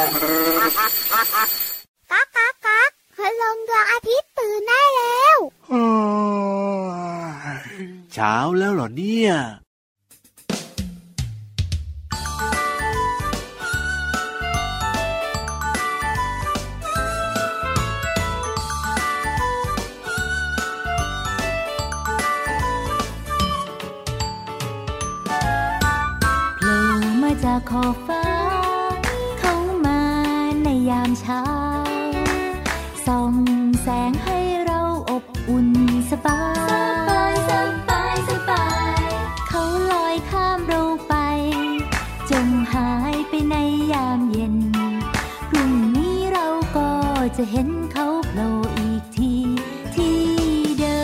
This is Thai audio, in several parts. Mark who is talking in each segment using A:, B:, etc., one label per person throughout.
A: ก๊ากก๊ากก๊ากพลงดวงอาทิตย์ตื่นได้แล้ว
B: เช้าแล้วเหรอเนี่ย
C: โผล่มาจากขอบฟ้า เข้ามาในยามเช้า ส่องแสงให้เราอบอุ่นสบาย สบาย สบาย เขาลอยข้ามเราไป จมหายไปในยามเย็น พรุ่งนี้เราก็จะเห็นเขาโผล่อีกทีที่เดิ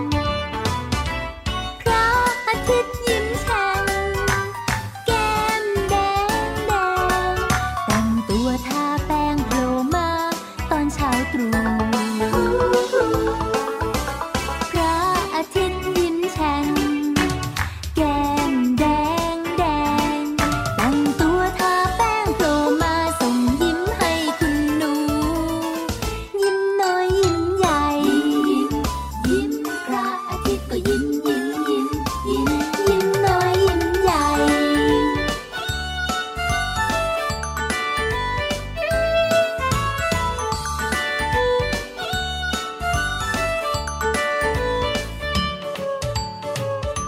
C: ม พระอาทิตย์ยิ้มแฉ่งแก้มแดงแดงแต่งตัวทาแป้งโผล่มาตอนเช้าตรู่พระอาทิตย์ยิ้มแฉ่งแก้มแดงแดงแต่งตัวทาแป้งโผล่มาส่งยิ้มให้คุณหนู ยิ้มน้อยยิ้มใหญ่ ยิ้มพระอาทิตย์ก็ยิ้มยิ้มยิ้มยิ้มยิ้มน้อยยิ้มใหญ่ โผ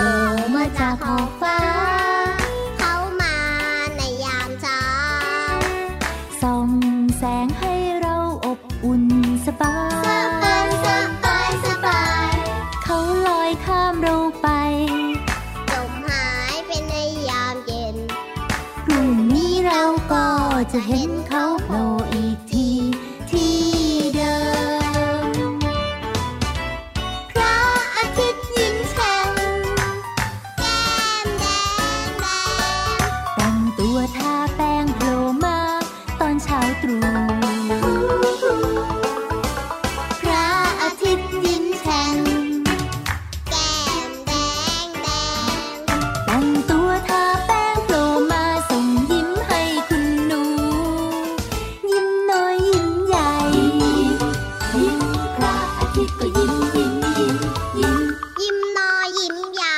C: ล่มาจากขอบฟ้า
A: เขามาในยามเช้า
C: ส่องแสงให้เราอบอุ่นสบาย สบาย สบาย เขาลอยข้ามเราไป
A: จมหายไปในยามเย็น
C: พรุ่งนี้เราก็จะเห็นเขาโผล่อีกทีที่เดิม พระอาทิตย์ยิ้มแฉ่ง
A: แก้มแดงแดง
C: แต่งตัวทาแป้งโผล่มาตอนเช้าตรู่พระอาทิตย์ยิ้มแฉ่ง
A: แก้มแดงแดง
C: แต่งตัวทาแป้งโผล่มาส่งยิ้มให้คุณหนู ยิ้มน้อยยิ้มใหญ่ ยิ้มพระอาทิตย์ก็ยิ้มยิ้มยิ้มยิ้ม
A: ยิ้มน้อยยิ้มใหญ่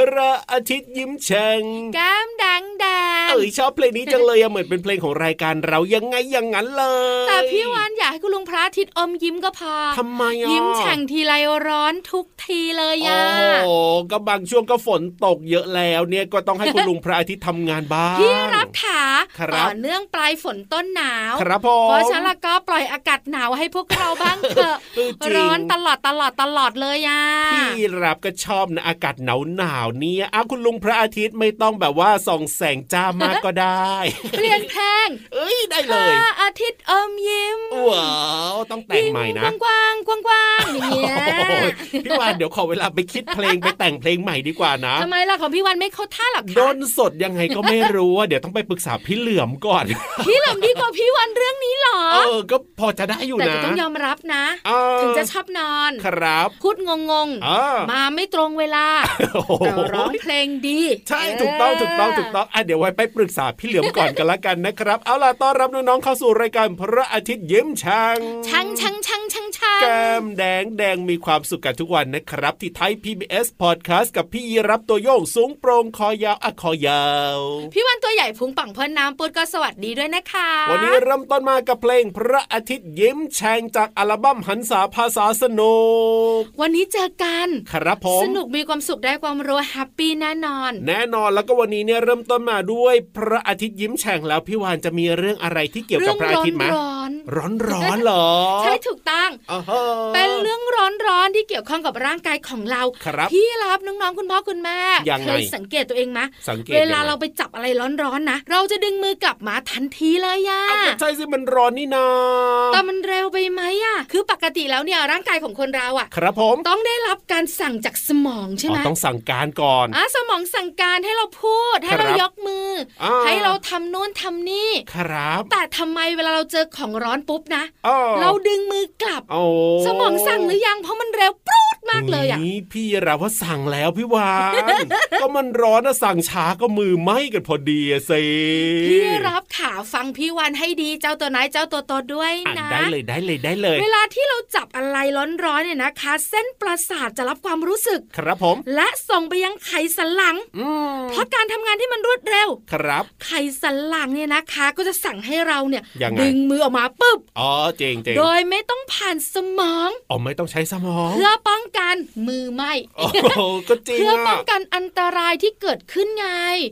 D: พระอาทิตย์ยิ้มแฉ่ง
E: แก้มแดงแดง
D: เอ้ยชอบเพลงนี้จังเลยอะเหมือนเป็นเพลงของรายการเรายังไงอย่างนั้นเลย
E: แต่พี่วานอยากให้คุณลุงพระอาทิตย์อมยิ้มก็พอ
D: ทำไมอะ
E: ยิ้มแฉ่งทีไรร้อนทุกทีเลย
D: โอ้
E: อ่ะ
D: โหก็บางช่วงก็ฝนตกเยอะแล้วเนี่ยก็ต้องให้คุณลุงพระอาทิตย์ทำงานบ้าง
E: พี่รับขา
D: ครับ
E: ต่อเนื่องปลายฝนต้นหนาว
D: ครับผม
E: เพราะฉะนันแล้วก็ปล่อยอากาศหนาวให้พวกเราบ้างเถอะ
D: เออจริง
E: ร้อนตลอดตลอดตลอดเลยอ่ะ
D: พี่รับก็ชอบนะอากาศหนาวหนาวๆเนี่ยอ้าวคุณลุงพระอาทิตย์ไม่ต้องแบบว่าส่องแสงจ้ามากก็ได้
E: เปลี่ยนเพลง
D: เอ้ยได้เลย
E: พระอาทิตย์อมยิ้ม
D: ว้าวต้องแต่งใหม่นะ
E: ยิ้กว้างกว้างกว้างๆอย่างเงี้ย
D: โอ้ยพี่วานเดี๋ยวขอเวลาไปคิดเพลงไปแต่งเพลงใหม่ดีกว่านะ
E: ทำไมล่ะของพี่วันไม่เข้าท่าหรอก
D: ด้
E: คะ
D: นสดยังไงก็ไม่รู้ว่าเดี๋ยวต้องไปปรึกษาพี่เหลือมก่อน
E: พี่เหลอมดีกว่าพี่วันเรื่องนี้หรอ
D: เออ ก็พอจะได้อยู่
E: แต่
D: นะ
E: ก็ต้องยอมรับนะ
D: เออ
E: ถึงจะชอบนอน
D: ครับ
E: พูดงง
D: เออ
E: ๆ มาไม่ตรงเวลา
D: โอ้โห
E: แต่ร้องเพลงดี
D: ใช่ถูกต้องถูกต้องถูกต้องอ่ะเดี๋ยวไว้ไปปรึกษาพี่เหลือมก่อนกันละกันนะครับ เอาล่ะต้อนรับน้องๆเข้าสู่รายการพระอาทิตย์ยิ้มช่าง
E: ชังชังชังชังชัง
D: แก้มแดงแดงมีความสุขกันทุกวันนะครับ ที่ไทย PBS Podcast กับพี่ยีรับตัวโยงสูงโปรงคอยาวอ่ะคอยาว
E: พี่วันตัวใหญ่พุงปังเพิ่นน้ำปุดก็สวัสดีด้วยนะคะ
D: วันนี้เริ่มต้นมากับเพลงพระอาทิตย์ยิ้มแฉ่งจากอัลบั้มหันษาภาษาสนุก
E: วันนี้เจอกัน
D: ครับผม
E: สนุกมีความสุขได้ความรู้แฮปปี้แน่นอน
D: แน่นอนแล้วก็วันนี้เนี่ยเริ่มต้นมาด้วย พระอาทิตย์ยิ้มแฉ่งแล้วพี่วานจะมีเรื่องอะไรที่เกี่ยว
E: เรื่
D: กับ
E: อง
D: พระอา
E: ร้อ
D: ทิ
E: น
D: ตย์ไหม
E: ร้อน
D: ร้อนร้อนเหรอ
E: ใช่ถูกต้อง
D: อ่าฮะ
E: เป็นเรื่องร้อนร้อนๆที่เกี่ยวข้องกับร่างกายของเรา
D: ครับ
E: พี่รับน้องๆคุณพ่อคุณแม่
D: ยังไง
E: เคยสังเกตตัวเองไหม
D: สังเกต
E: เวลา
D: ยังง
E: เราไปจับอะไรร้อนๆนะเราจะดึงมือกลับมาทันทีเลยย่า
D: อ้าวก็ใช่สิมันร้อนนี่นา
E: แต่มันเร็วไปไหมอ่ะคือปกติแล้วเนี่ยร่างกายของคนเราอ่ะ
D: ครับผม
E: ต้องได้รับการสั่งจากสมองใช่ไหม
D: อ๋อต้องสั่งการก่อน
E: อ่ะสมองสั่งการให้เราพูดให้เรา
D: ครับ
E: ยกมือ
D: อ่า
E: ให้เราทำโน่นทำนี่
D: ครับ
E: แต่ทำไมเวลาเราเจอของร้อนปุ๊บนะ
D: อ้อ
E: เราดึงมือกลับ
D: โอ้
E: สมองสั่งหรือยังเพราะมันเร็วปรูดมากเลยอ่ะ
D: นี่พี่เราว่าสั่งแล้วพี่วาน ก็มันร้อนนะสั่งช้าก็มือไหม้กันพอดีอะสิ
E: พี่รับขาฟังพี่วันให้ดีเจ้าตัวไหนายเจ้าตัวโตด้วย
D: อ่ะ
E: นะ
D: ได้เลยได้เลยได้เลย
E: เวลาที่เราจับอะไรร้อนๆเนี่ยนะคะ เส้นประสาทจะรับความรู้สึก
D: ครับผม
E: และส่งไปยังไขสันหลัง
D: อืม
E: เพราะการทำงานที่มันรวดเร็ว
D: ครับ
E: ไขสันหลังเนี่ยนะคะ ก็จะสั่งให้เราเนี่ย
D: ยังไง
E: ดึงมือออกมาปุ๊บ
D: อ๋อเจงเจง
E: โดยไม่ต้องผ่านสมอง
D: อ๋อไม่ต้องใช้สมอง
E: เพื่อป้องกันมือไหม
D: โอ้โหก็จริง
E: เพื่อป้อ
D: อ่ะ
E: งกันอันตรายที่เกิดขึ้นไง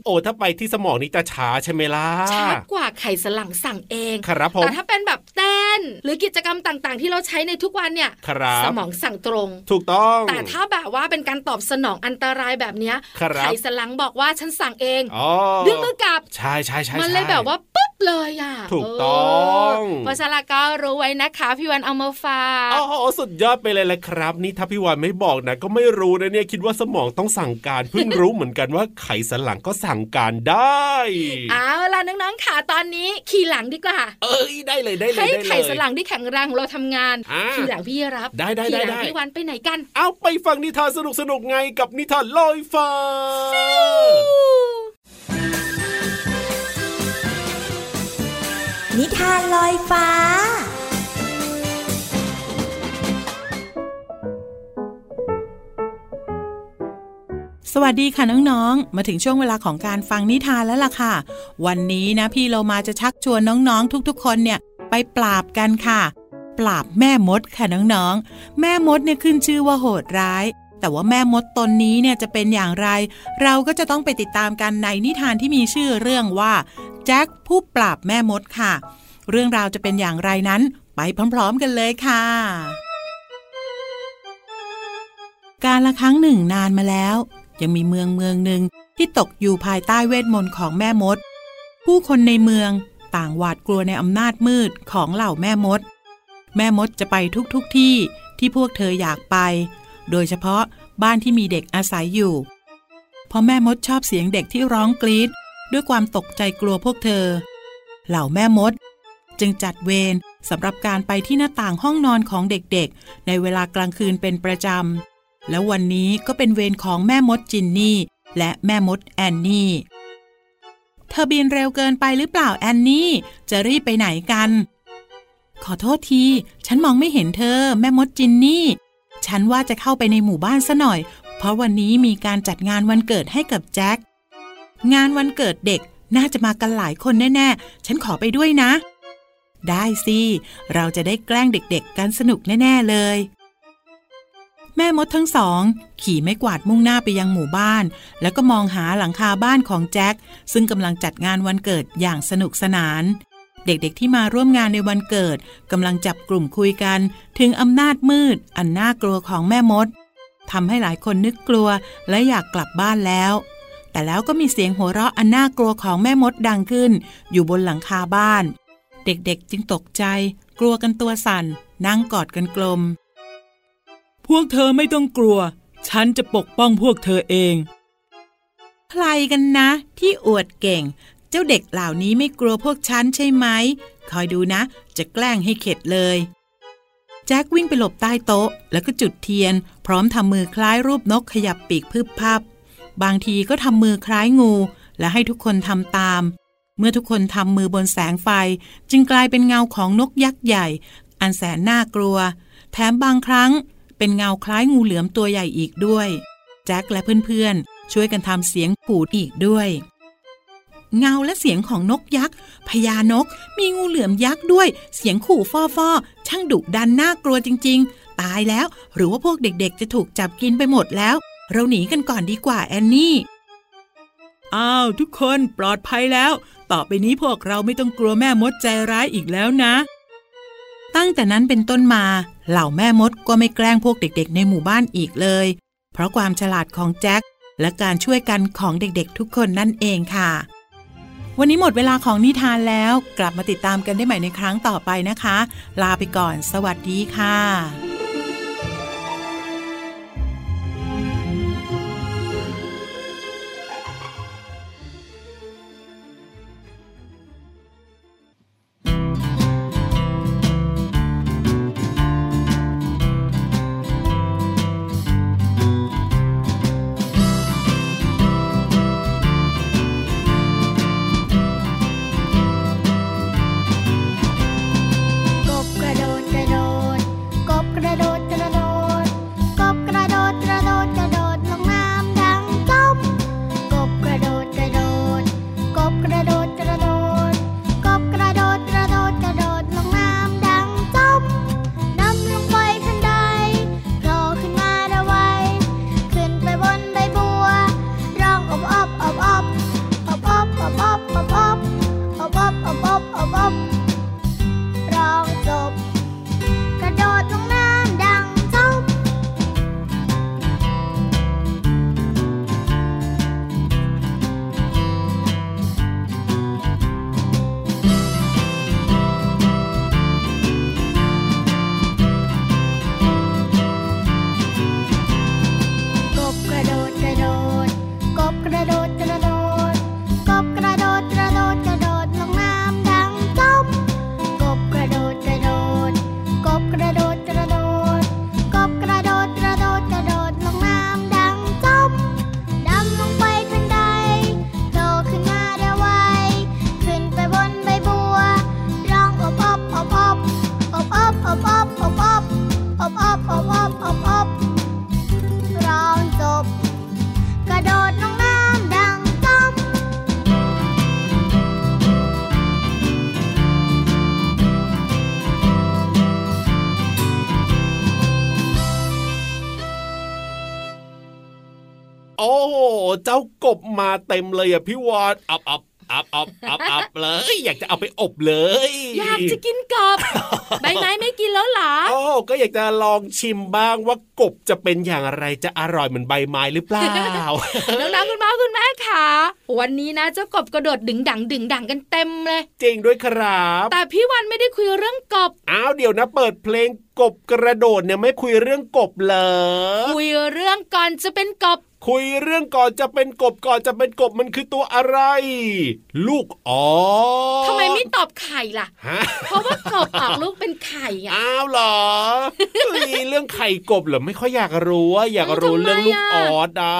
D: โอ้ถ้าไปที่สมองนี่จะช้าใช่ไหมล่ะ
E: ช้ากว่าไขสันหลังสั่งเอง
D: ครับผม
E: แต่ถ้าเป็นแบบเต้น หรือกิจกรรมต่างๆ ที่เราใช้ในทุกวันเนี่ย
D: ครับ
E: สมองสั่งตรง
D: ถูกต้อง
E: แต่ถ้าแบบว่าเป็นการตอบสนองอันตรายแบบเนี้ย
D: ครับ
E: ไขสันหลังบอกว่าฉันสั่งเอง
D: อ๋อ
E: ดึงมือกลับ
D: ใช่ใช่ใช่
E: มันเลย
D: ใช่
E: แบบว่าปุ๊บเลยอ่ะ
D: ถูกต้อง
E: เเพราะฉะนั้นก็รู้ไว้นะคะพี่วันเอามาฝาก
D: โอ้โหสุดยอดไปเลยแหละครับ นี่ถ้าพี่วานไม่บอกนะ ก็ไม่รู้นะเนี่ยคิดว่าสมองต้องสั่งการ เพิ่งรู้เหมือนกันว่าไขสันหลังก็สั่งการได้
E: เอาล่ะน้องๆค่ะตอนนี้ขี่หลังดีกว่า
D: เอ้ยได้เลยได้เลย
E: ให้
D: ได้เลย
E: ไขสันหลังที่แข็งแรงของเราทำงาน
D: อ่า
E: ขี่หลังพี่รับ
D: ได้ได้
E: ขี่หลั
D: ได้ได้
E: พี่วันไปไหนกัน
D: เอาไปฟังนิทานสนุกสนุกๆไงกับนิทานลอยฟ้า
F: นิทานลอยฟ้า
G: สวัสดีค่ะน้องๆ มาถึงช่วงเวลาของการฟังนิทานแล้วล่ะค่ะ วันนี้นะพี่เรามาจะชักชวนน้องๆ ทุกๆ คนเนี่ยไปปราบกันค่ะ ปราบแม่มดค่ะน้องๆ แม่มดเนี่ยขึ้นชื่อว่าโหดร้าย แต่ว่าแม่มดตนนี้เนี่ยจะเป็นอย่างไร เราก็จะต้องไปติดตามกันในนิทานที่มีชื่อเรื่องว่าแจ็คผู้ปราบแม่มดค่ะ เรื่องราวจะเป็นอย่างไรนั้นไปพร้อมๆ กันเลยค่ะ การละครั้งหนึ่งนานมาแล้ว ยังมีเมืองเมืองหนึ่งที่ตกอยู่ภายใต้เวทมนต์ของแม่มด ผู้คนในเมืองต่างหวาดกลัวในอำนาจมืดของเหล่าแม่มด แม่มดจะไปทุกทุกๆที่ที่พวกเธออยากไป โดยเฉพาะบ้านที่มีเด็กอาศัยอยู่ เพราะแม่มดชอบเสียงเด็กที่ร้องกรีดด้วยความตกใจกลัวพวกเธอ เหล่าแม่มด จึงจัดเวรสำหรับการไปที่หน้าต่างห้องนอนของเด็กๆ ในเวลากลางคืนเป็นประจำ แล้ววันนี้ก็เป็นเวรของแม่มดจินนี่ และแม่มดแอนนี่ เธอบินเร็วเกินไปหรือเปล่าแอนนี่ จะรีบไปไหนกัน ขอโทษที ฉันมองไม่เห็นเธอ แม่มดจินนี่ ฉันว่าจะเข้าไปในหมู่บ้านซะหน่อย เพราะวันนี้มีการจัดงานวันเกิดให้กับแจ็ค งานวันเกิดเด็กน่าจะมากันหลายคนแน่ๆ ฉันขอไปด้วยนะ ได้สิ เราจะได้แกล้งเด็กๆ กันสนุกแน่ๆเลย แม่มดทั้งสอง ขี่ไม้กวาดมุ่งหน้าไปยังหมู่บ้าน แล้วก็มองหาหลังคาบ้านของแจ็คซึ่งกำลังจัดงานวันเกิดอย่างสนุกสนาน เด็กๆที่มาร่วมงานในวันเกิดกำลังจับกลุ่มคุยกัน ถึงอำนาจมืด อันน่ากลัวของแม่มดทำให้หลายคนนึกกลัวและอยากกลับบ้านแล้ว แต่แล้วก็มีเสียงหัวเราะอันน่ากลัวของแม่มดดังขึ้น อยู่บนหลังคาบ้าน เด็กๆจึงตกใจ กลัวกันตัวสั่น นั่งกอดกันกลม พวกเธอไม่ต้องกลัว ฉันจะปกป้องพวกเธอเอง ใครกันนะ ที่อวดเก่ง เจ้าเด็กเหล่านี้ไม่กลัวพวกฉันใช่ไหม คอยดูนะ จะแกล้งให้เข็ดเลย แจ็ควิ่งไปหลบใต้โต๊ะ แล้วก็จุดเทียน พร้อมทำมือคล้ายรูปนกขยับปีกพึบพับ บางทีก็ทำมือคล้ายงู และให้ทุกคนทำตาม เมื่อทุกคนทำมือบนแสงไฟ จึงกลายเป็นเงาของนกยักษ์ใหญ่ อันแสนน่ากลัว แถมบางครั้งเป็นเงาคล้ายงูเหลือมตัวใหญ่อีกด้วย แจ็คและเพื่อนๆ ช่วยกันทำเสียงปูดอีกด้วย เงาและเสียงของนกยักษ์พญานก มีงูเหลือมยักษ์ด้วย เสียงขู่ฟอฟอๆช่างดุดันน่ากลัวจริง ๆ ตายแล้ว หรือว่าพวกเด็กๆ จะถูกจับกินไปหมดแล้ว เราหนีกันก่อนดีกว่าแอนนี่ อ้าวทุกคนปลอดภัยแล้ว ต่อไปนี้พวกเราไม่ต้องกลัวแม่มดใจร้ายอีกแล้วนะ ตั้งแต่นั้นเป็นต้นมา เหล่าแม่มดก็ไม่แกล้งพวกเด็กๆ ในหมู่บ้านอีกเลย เพราะความฉลาดของแจ็คและการช่วยกันของเด็กๆ ทุกคนนั่นเองค่ะ วันนี้หมดเวลาของนิทานแล้วกลับมาติดตามกันได้ใหม่ในครั้งต่อไปนะคะ ลาไปก่อน สวัสดีค่ะ
A: พ
D: เจ้ากบมาเต็มเลยอ่ะพี่วานอับอับอับอับอับอับเลย อยากจะเอาไปอบเลย
E: อยากจะกินก บ ใบไม้ไม่กินแล้วเหรอ
D: โอ้ก็อยากจะลองชิมบ้างว่ากบจะเป็นอย่างไรจะอร่อยเหมือนใบไม้หรือเปล่า
E: น้องๆคุณพ่อคุณแม่ค่ะวันนี้นะเจ้ากบกระโดดดึงดังดึงดังกันเต็มเลย
D: จริงด้วยครับ
E: แต่พี่วันไม่ได้คุยเรื่องกบ
D: อ้าวเดี๋ยวนะเปิดเพลงกบกระโดดเนี่ยไม่คุยเรื่องกบเหรอ
E: คุยเรื่องก่อนจะเป็นกบ
D: คุยเรื่องก่อนจะเป็นกบก่อนจะเป็นกบมันคือตัวอะไร ลูกอ๋อ
E: ทำไมไม่ตอบไข่ล่ะ
D: ฮะ
E: เพราะว่ากบออกลูกเป็นไข่อะ
D: อ้าวเหรอเฮ้ยเรื่องไข่กบเหรอไม่ค่อยอยากรู้ อะอยากรู้
E: ทำไมอะ
D: เรื่องลูกออสอะ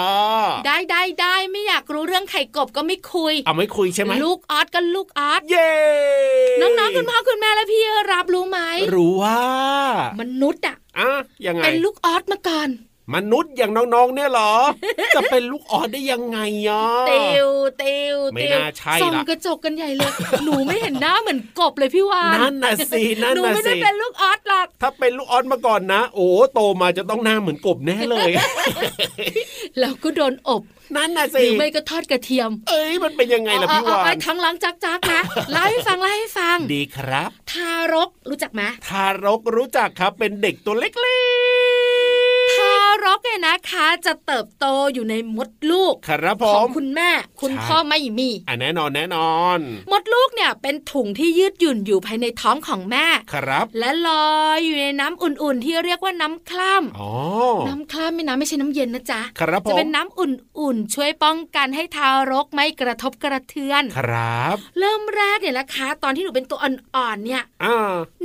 E: ได้ได้ได้ไม่อยากรู้เรื่องไข่กบก็ไม่คุย
D: เอาไม่คุยใช่ไหม
E: ลูกออสก็ลูกออส
D: เย้
E: น้องๆคุณพ่อคุณแม่และพี่รับรู้ไหม
D: รู้ว่าม
E: นุษย์อะ
D: อ่ะยังไง
E: เป็นลูกออสมาก่อน
D: มนุษย์อย่างน้องๆ เนี่ยเหร อ จะเป็นลูกออสได้ยังไงอ่ะ
E: เตียวเตียว
D: ไม่
E: เตีย
D: น่าว ใช่
E: ส่อง
D: ล่ะ
E: กระจกกันใหญ่เลย หนูไม่เห็นหน้าเหมือนกบเลยพี่วาน
D: นั่นน่ะสินั่น
E: หนู
D: น่ะ
E: ไม่ได้
D: สิ
E: เป็นลูกออสหรอก
D: ถ้าเป็นลูกออสมาก่อนนะ โอ้โตมาจะต้องหน้าเหมือนกบแน่ เลย
E: แล้วก็โดนอบ
D: นั่นน่ะ
E: ห
D: สิ
E: รือไม่ก็ทอดกระเทียม
D: เอ้ยมันเป็นยังไงล่ะ
E: เอา
D: พี่
E: เอา
D: วา
E: เอา
D: น
E: ทั้งล้างจักจักๆนะเล่าให้ฟังเล่าให้ฟัง
D: ดีครับ
E: ทารกรู้จักไหม
D: ทารกรู้จักครับเป็นเด็กตัวเล็ก
E: ทารกเนี่ยนะคะ จะเติบโตอยู่ในมดลูก
D: ๆครับผ
E: ของ
D: ม
E: คุณแม่ คุณ
D: ใช่
E: พ่อไม่มี
D: อ่ะแน่นอนแน่นอน
E: มดลูกเนี่ยเป็นถุงที่ยืดหยุ่นอยู่ภายในท้องของแม่
D: ครับ
E: และลอยอยู่ในน้ำอุ่นๆ ที่เรียกว่าน้ำคล่ำ
D: อ๋อ
E: น้ำคล่ำไม่น้ำไม่ใช่น้ำเย็นนะจ๊ะ
D: ครับผ
E: จะ
D: ม
E: เป็นน้ำอุ่นๆ ช่วยป้องกันให้ทารกไม่กระทบกระเทือน
D: ครับ
E: เริ่มแรกเนี่ยนะคะ ตอนที่หนูเป็นตัวอ่อนๆเนี่ย
D: อ่า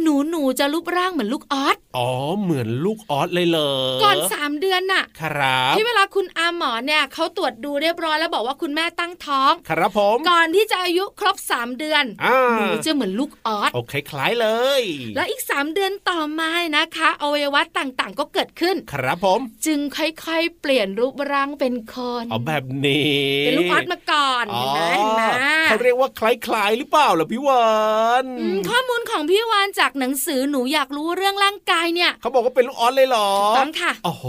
E: หนูหนูๆจะรูปร่างเหมือนลูกออส
D: อ๋อเหมือนลูกออสเลยเหรอ
E: ก่อนสามเดือนน่ะ
D: ครับ
E: ที่เวลาคุณอาหมอเนี่ยเขาตรวจดูเรียบร้อยแล้วบอกว่าคุณแม่ตั้งท้อง
D: ครับผม
E: ก่อนที่จะอายุครบ 3 เดือน
D: อ่า
E: หนูจะเหมือนลูกออส
D: โอเคคล้ายๆเลย
E: แล้วอีก 3 เดือนต่อมานะคะอวัยวะต่างๆ ก็เกิดขึ้น
D: ครับผม
E: จึงค่อยๆ เปลี่ยนรูปร่างเป็นคน
D: เอาแบบนี้
E: เป็นลูกออสมาก่อนเห็นไหมเห็นไหม
D: เขาเรียกว่าคล้ายๆหรือเปล่าล่ะพี่วาน
E: อืมข้อมูลของพี่วานจากหนังสือหนูอยากรู้เรื่องร่างกายเนี่ย
D: เขาบอกว่าเป็นลูกออสเลยเหรอ
E: ถูกต้องค่ะ
D: โอ้โห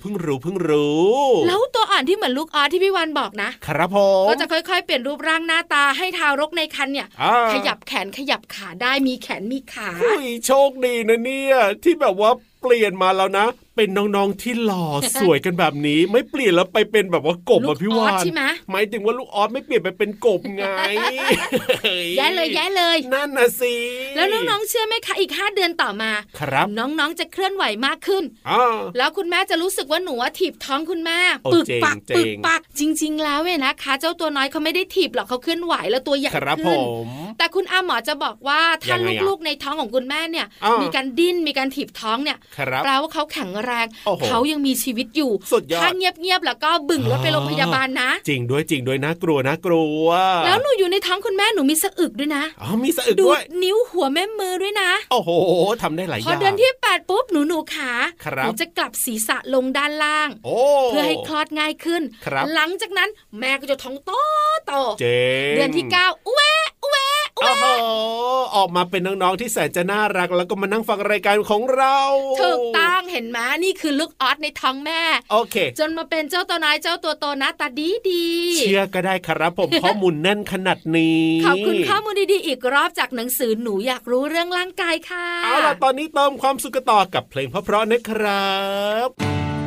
D: เพิ่งรู้เพิ่งรู้
E: แล้วตัวอ่อนที่เหมือนลูกออสที่พี่วานบอกนะ
D: ครับผม
E: ก็จะค่อยๆ เปลี่ยนรูปร่างหน้าตาให้ทารกในครรภ์เนี่ย
D: อ่า
E: ขยับแขนขยับขาได้มีแขนมีขา
D: อุ้ยโชคดีนะเนี่ยที่แบบว่าเปลี่ยนมาแล้วนะ เป็นน้องๆที่หล่อ สวยกันแบบ นี้ ไม่เปลี่ยนแล้วไปเป็นแบบว่ากบ
E: ลูก
D: อะพี่วา
E: ออส
D: น
E: ใช่ไหม
D: หมายถึงว่าลูกออสไม่เปลี่ยนไปเป็นกบไง
E: แย้ายเลยแย้ายเลย
D: นั่นนะสิ
E: แล้วน้องๆเชื่อไหมคะอีก 5 เดือนต่อมา
D: ครับ
E: น้องๆจะเคลื่อนไหวมากขึ้น
D: อ่า
E: แล้วคุณแม่จะรู้สึกว่าหนูอะถีบท้องคุณแม่
D: โอ้
E: ปึกปัก
D: เจ๋ง
E: ปึก
D: เจ๋ง
E: ปักจริง ๆ แล้วเนี่ยนะคะ เจ้าตัวน้อยเขาไม่ได้ถีบหรอกเขาเคลื่อนไหวแล้วตัวใหญ่
D: ครับผ
E: ขึ้น
D: ม
E: แต่คุณอาหมอจะบอกว่าถ้า
D: ยังไงอะ
E: ลูกๆในท้องของคุณแม่เนี่ย
D: อ้าว
E: มีการดิ้นมีการถีบท้องเนี่ย
D: ครับ
E: แปลว่าเขาแข็งแรง
D: โอ้โห
E: เขายังมีชีวิตอยู่
D: สุดยอด
E: ถ้าเงียบๆแล้วก็บึ่งรถไปโรงพยาบาลนะ
D: จริงด้วยจริงด้วยนะกลัวนะกลัว
E: แล้วหนูอยู่ในท้องคุณแม่หนูมีสะอึกด้วยนะ
D: อ๋อมีสะอึก
E: ดู
D: ด้
E: ด
D: วย
E: นิ้วหัวแม่มือด้วยนะ
D: โอ้โหทำได้หลายอ
E: พอย่าง เดือนที่ 8 ปุ๊บหนูหนูขา
D: ครั
E: ห
D: บ
E: นูจะกลับศีรษะลงด้านล่าง
D: โอ้
E: เพื่อให้คลอดง่ายขึ้น
D: ครับ
E: หลังจากนั้นแม่ก็จะท้องโตโต
D: เจ๋ง
E: เดือนที่ 9อุ้ยอุ้ย
D: โอ้โหออกมาเป็นน้องๆที่แสนจะน่ารักแล้วก็มานั่งฟังรายการของเรา
E: ถูกต้องเห็นไหมนี่คือลูกออสในท้องแม่
D: โอเค
E: จนมาเป็นเจ้าตัวน้อยเจ้าตัวโตหนะตาดีดี
D: เชื่อก็ได้ครับผม ข้อมูลแน่นขนาดนี้
E: ขอบคุณข้อมูลดีๆอีกรอบจากหนังสือหนูอยากรู้เรื่องร่างกายค่ะ
D: เอาล่ะตอนนี้เติมความสุขกันต่อกับเพลงเพราะๆนะครับ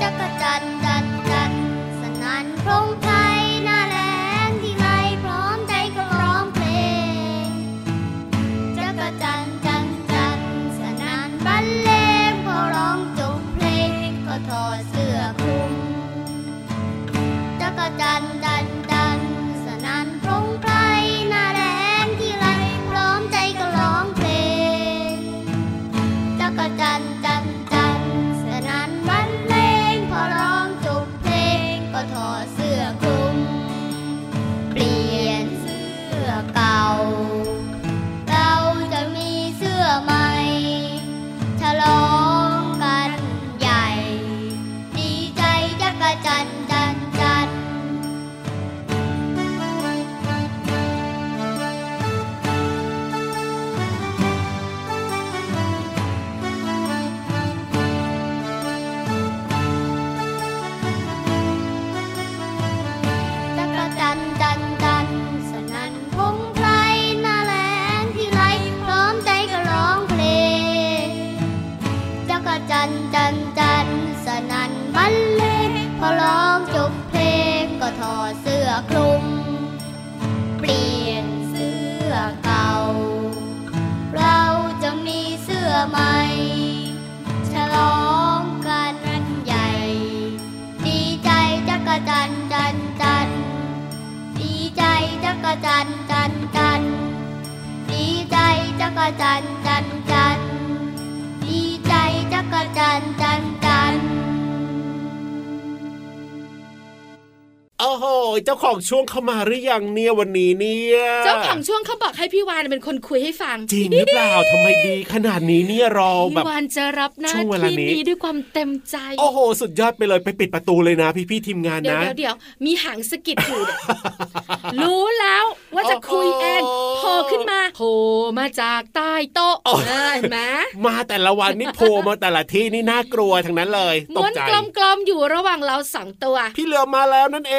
A: จักรจันทร์จันทร์จันทร์สนานพรงไพรหน้าแรงที่ไรพร้อมใจก็ร้องเพลงจักรจันทร์จันทร์จันทร์สนานบรรเลงพอร้องจบเพลง ก็ถอดเสื้อคลุ
H: ระจันจันจันดีใจจักระจันจันจันดีใจจักระจันจันจัน
D: โอ้โหเจ้าของช่วงเข้ามาหรือยังเนี่ยวันนี้เนี่ย
E: เจ้าของช่วงเขาบอกให้พี่วานเป็นคนคุยให้ฟัง
D: จริงหรือเปล่าทำไมดีขนาดนี้เนี่ยเราแบ
E: พี่
D: บ
E: วานจะรับหน้า
D: ช่วงเวลา
E: ที่
D: นี้
E: นี้ด้วยความเต็มใจ
D: โอ้โห สุดยอดไปเลยไปปิดประตูเลยนะ พี่พี่ๆทีมงาน
E: เดี๋ยว
D: นะ
E: เดี๋ยวเดี๋ยวมีหางสะกิดอยู่เนี่ย รู้แล้วว่าจะคุยเอง
D: โอ้โห
E: โผล่ขึ้นมาโผล่มาจากใต้โต๊ะ
D: โอ้
E: เออเห็นไหม
D: มาแต่ละวันนี่โผล่มาแต่ละที่นี่น่ากลัวทั้งนั้นเลยต
E: ม้
D: ก
E: วน
D: ใจ
E: กลมๆอยู่ระหว่างเราสองตัว
D: พี่เหลือมมาแล้วนั่นเอ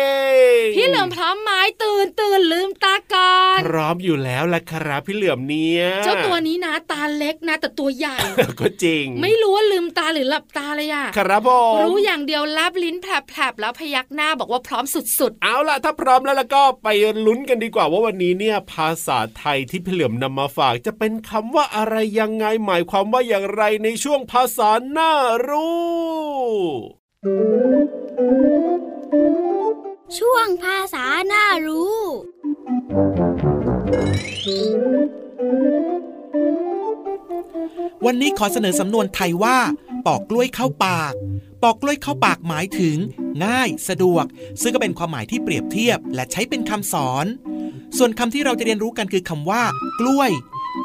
D: ง
E: พี่เหลือมพร้อมไหม้ตื่นตื่นลืมตาก่อน
D: พร้อมอยู่แล้วล่ะครับพี่เหลือมเนี่ย
E: เจ้าตัวนี้นะตาเล็กนะ แต่ตัวใหญ่
D: ก็จริง
E: ไม่รู้ว่าลืมตาหรือหลับตาเลยอะ
D: ครับผม
E: รู้อย่างเดียวลับลิ้นแผลบๆแล้วพยักหน้าบอกว่าพร้อมสุด
D: เอาล่ะถ้าพร้อมแล้วแล้วก็ไปลุ้นกันดีกว่าว่าวันนี้เนี่ย ภาษาไทยที่พี่เหลือมนำมาฝาก จะเป็นคำว่าอะไรยังไงหมายความว่าอย่างไรในช่วงภาษาหน้ารู้
H: ช่วงภาษาหน้ารู้
F: วันนี้ขอเสนอสำนวนไทยว่า ปอกกล้วยเข้าปาก ปอกกล้วยเข้าปากหมายถึง ง่าย สะดวก ซึ่งก็เป็นความหมายที่เปรียบเทียบ และใช้เป็นคำสอน ส่วนคำที่เราจะเรียนรู้กันคือคำว่า กล้วย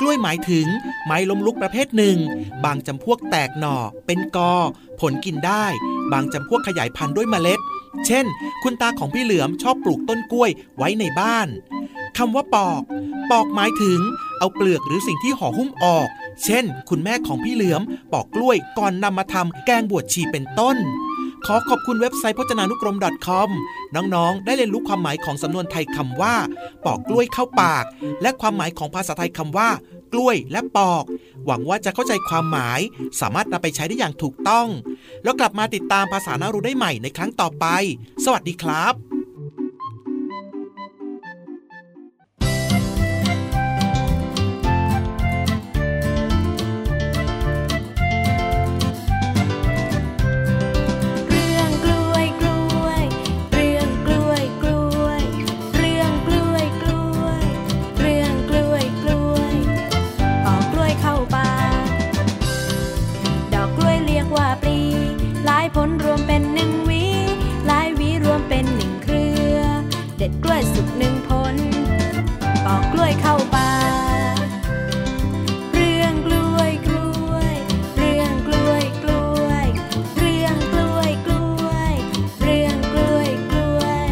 F: กล้วยหมายถึง ไม้ล้มลุกประเภทหนึ่ง บางจำพวกแตกหน่อ เป็นกอ ผลกินได้ บางจำพวกขยายพันธุ์ด้วยเมล็ด เช่น คุณตาของพี่เหลือมชอบปลูกต้นกล้วยไว้ในบ้าน คำว่าปอก ปอกหมายถึง เอาเปลือกหรือสิ่งที่ห่อหุ้มออก เช่น คุณแม่ของพี่เหลือม ปอกกล้วยก่อนนำมาทำแกงบวชชีเป็นต้น ขอขอบคุณเว็บไซต์พจนานุกรม .com น้องๆ ได้เรียนรู้ความหมายของสำนวนไทยคำว่า ปอกกล้วยเข้าปาก และความหมายของภาษาไทยคำว่า กล้วยและปอก หวังว่าจะเข้าใจความหมาย สามารถนำไปใช้ได้อย่างถูกต้อง แล้วกลับมาติดตามภาษานารู้ได้ใหม่ในครั้งต่อไป สวัสดีครับ
I: เรื่องกล้วยกล้วย เรื่องกล้วยกล้วย เรื่องกล้วยกล้วย เรื่องกล้วยกล้วยปอกกล้วยเข้าปากดอกกล้วยเรียกว่าปลีหลายผลรวมเป็นหนึ่งหวีหลายหวีรวมเป็นหนึ่งเครือ เด็ดกล้วยสุกหนึ่งผลปอกกล้วยเข้าปาก เรื่องกล้วยกล้วย เรื่องกล้วยกล้วย เรื่องกล้วยกล้วย เรื่องกล้วยกล้วย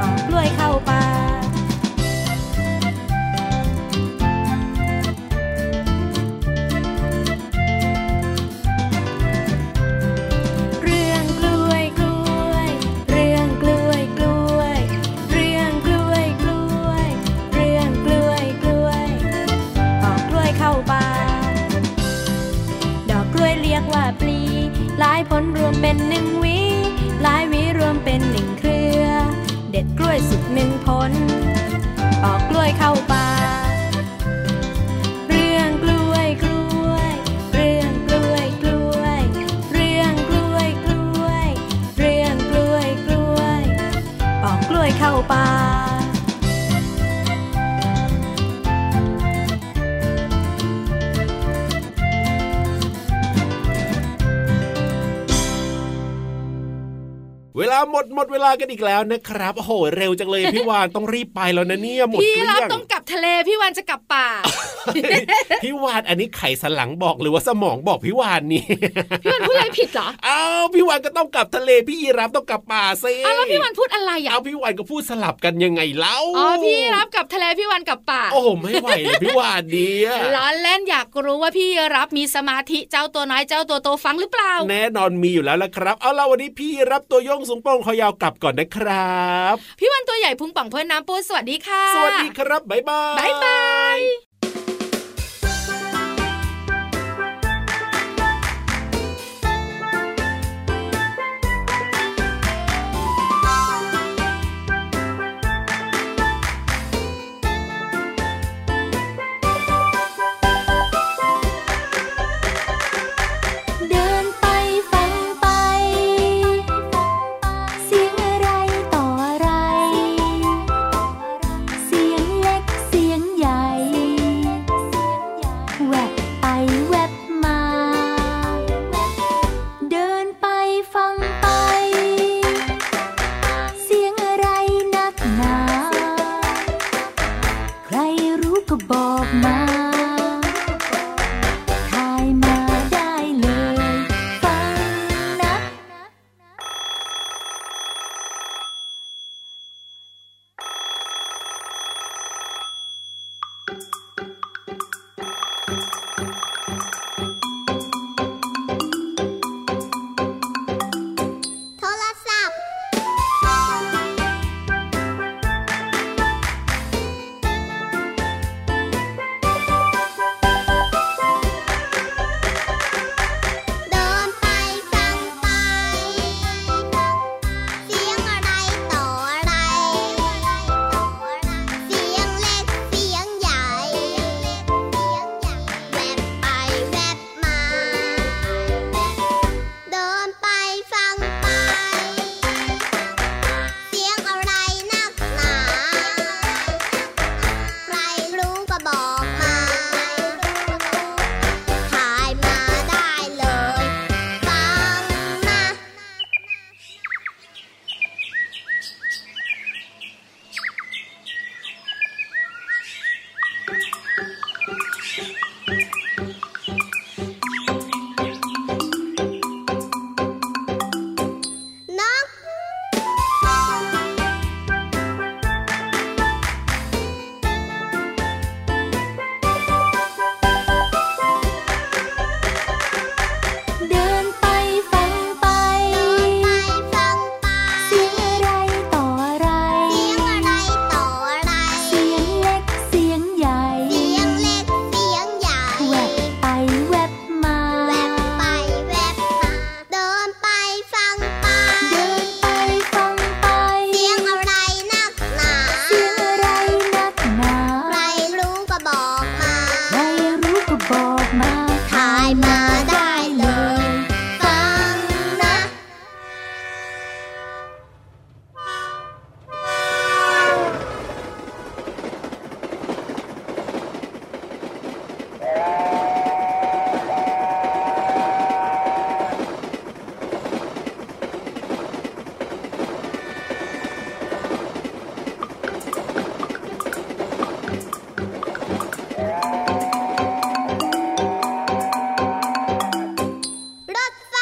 I: ปอกกล้วยเข้าปาก เรื่องกล้วยกล้วย เรื่องกล้วยกล้วย เรื่องกล้วยกล้วย เรื่องกล้วยกล้วย ปอกกล้วยเข้าปากดอกกล้วยเรียกว่าปลี หลายผลรวมเป็นหนึ่งหวี หลายหวีรวมเป็นหนึ่งเครือ เด็ดกล้วยสุกหนึ่งผล ปอกกล้วยเข้าปาก เรื่องกล้วยกล้วย เรื่องกล้วยกล้วย เรื่องกล้วยกล้วย เรื่องกล้วยกล้วย ปอกกล้วยเข้าปาก
D: เวลาหมดหมดเวลากันอีกแล้วนะครับโอ้โหเร็วจังเลยพี่วานต้องรีบไปแล้วนะเนี่ยหมด
E: พี่
D: เกลี้
E: รับ
D: ยง
E: ต้องกลับทะเลพี่วานจะกลับป่า
D: พี่วานอันนี้ไขสันหลังบอกหรือว่าสมองบอกพี่วานนี่
E: พี่วานพูดอะไรผิดเหรอ
D: เอาพี่วานก็ต้องกลับทะเลพี่ยีรับต้องกลับป่าซิ
E: เอาแล้วพี่วานพูดอะไรอ่ะ
D: เอาพี่วานก็พูดสลับกันยังไงเล่า
E: อ๋อพี่รับกลับทะเลพี่วานกลับป่า
D: โอ้โหไม่ไหวเลยพี่วานเนี่ย
E: ล้อเล่นอยากรู้ว่าพี่รับมีสมาธิเจ้าตัวน้อยเจ้าตัวโตฟังหรือเปล่า
D: แน่นอนมีอยู่แล้วละครับ เอาล่ะวันนี้พี่รับตัวโยงสูงโป้งคอยาวกลับก่อนนะครับ
E: พี่วันตัวใหญ่พุงป่องเพื่อนน้ำปูสวัสดีค่ะ
D: สวัสดีครับบ๊ายบาย
E: บ๊ายบาย
I: เดินไปฟังไป เสียงอะไรต่ออะไร เสียง
C: ก็บอกมา ทายมาได้เลย ฟังนะ
A: โทรศัพท์ เดินไปฟังไป เสียงอะไรต่ออะไร เสียงเล็กเสียงใหญ่ แวบไปแวบมา เดินไปฟังไป เสียงอะไรนักหนา ใครรู้ก็บอกมา ถ่ายมาได้เลย ฟังนะ นก
C: เดินไปฟังไป
A: ไปฟังไป
C: เสียงอะไรต่ออะไร
A: เสียงอะไรต่ออะไร
C: เสียงเล็กเสียงใหญ่
A: เสียงเล็กเสียงใหญ่
C: แวบไปแวบมา
A: แวบไปแวบมา เดินไปฟังไป
C: เดินไปฟังไป
A: เสียงอะไรนักหนา
C: เสียงอะไรนักหนา
A: ใครรู้ก็บอกมา
C: ไม่รู้ก็บอกมา
A: ถ่ายมาได้เลย ฟังนะ รถไฟ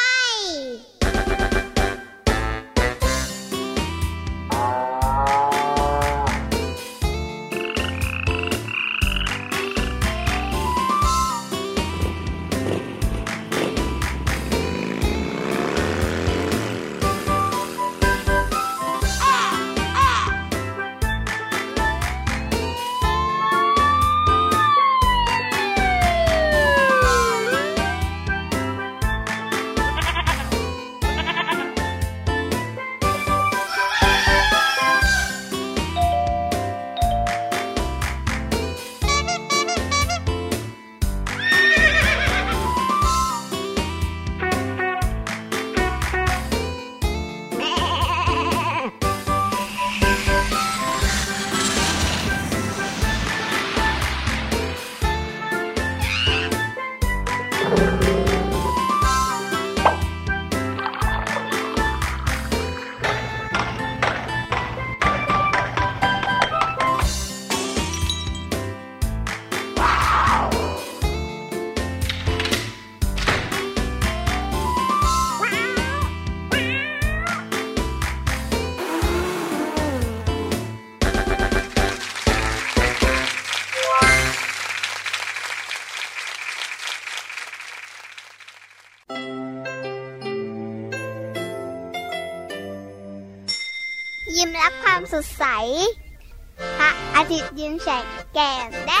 A: ยิ้มรับความสดใส พระอาทิตย์ยิ้มแฉกแก้มแดง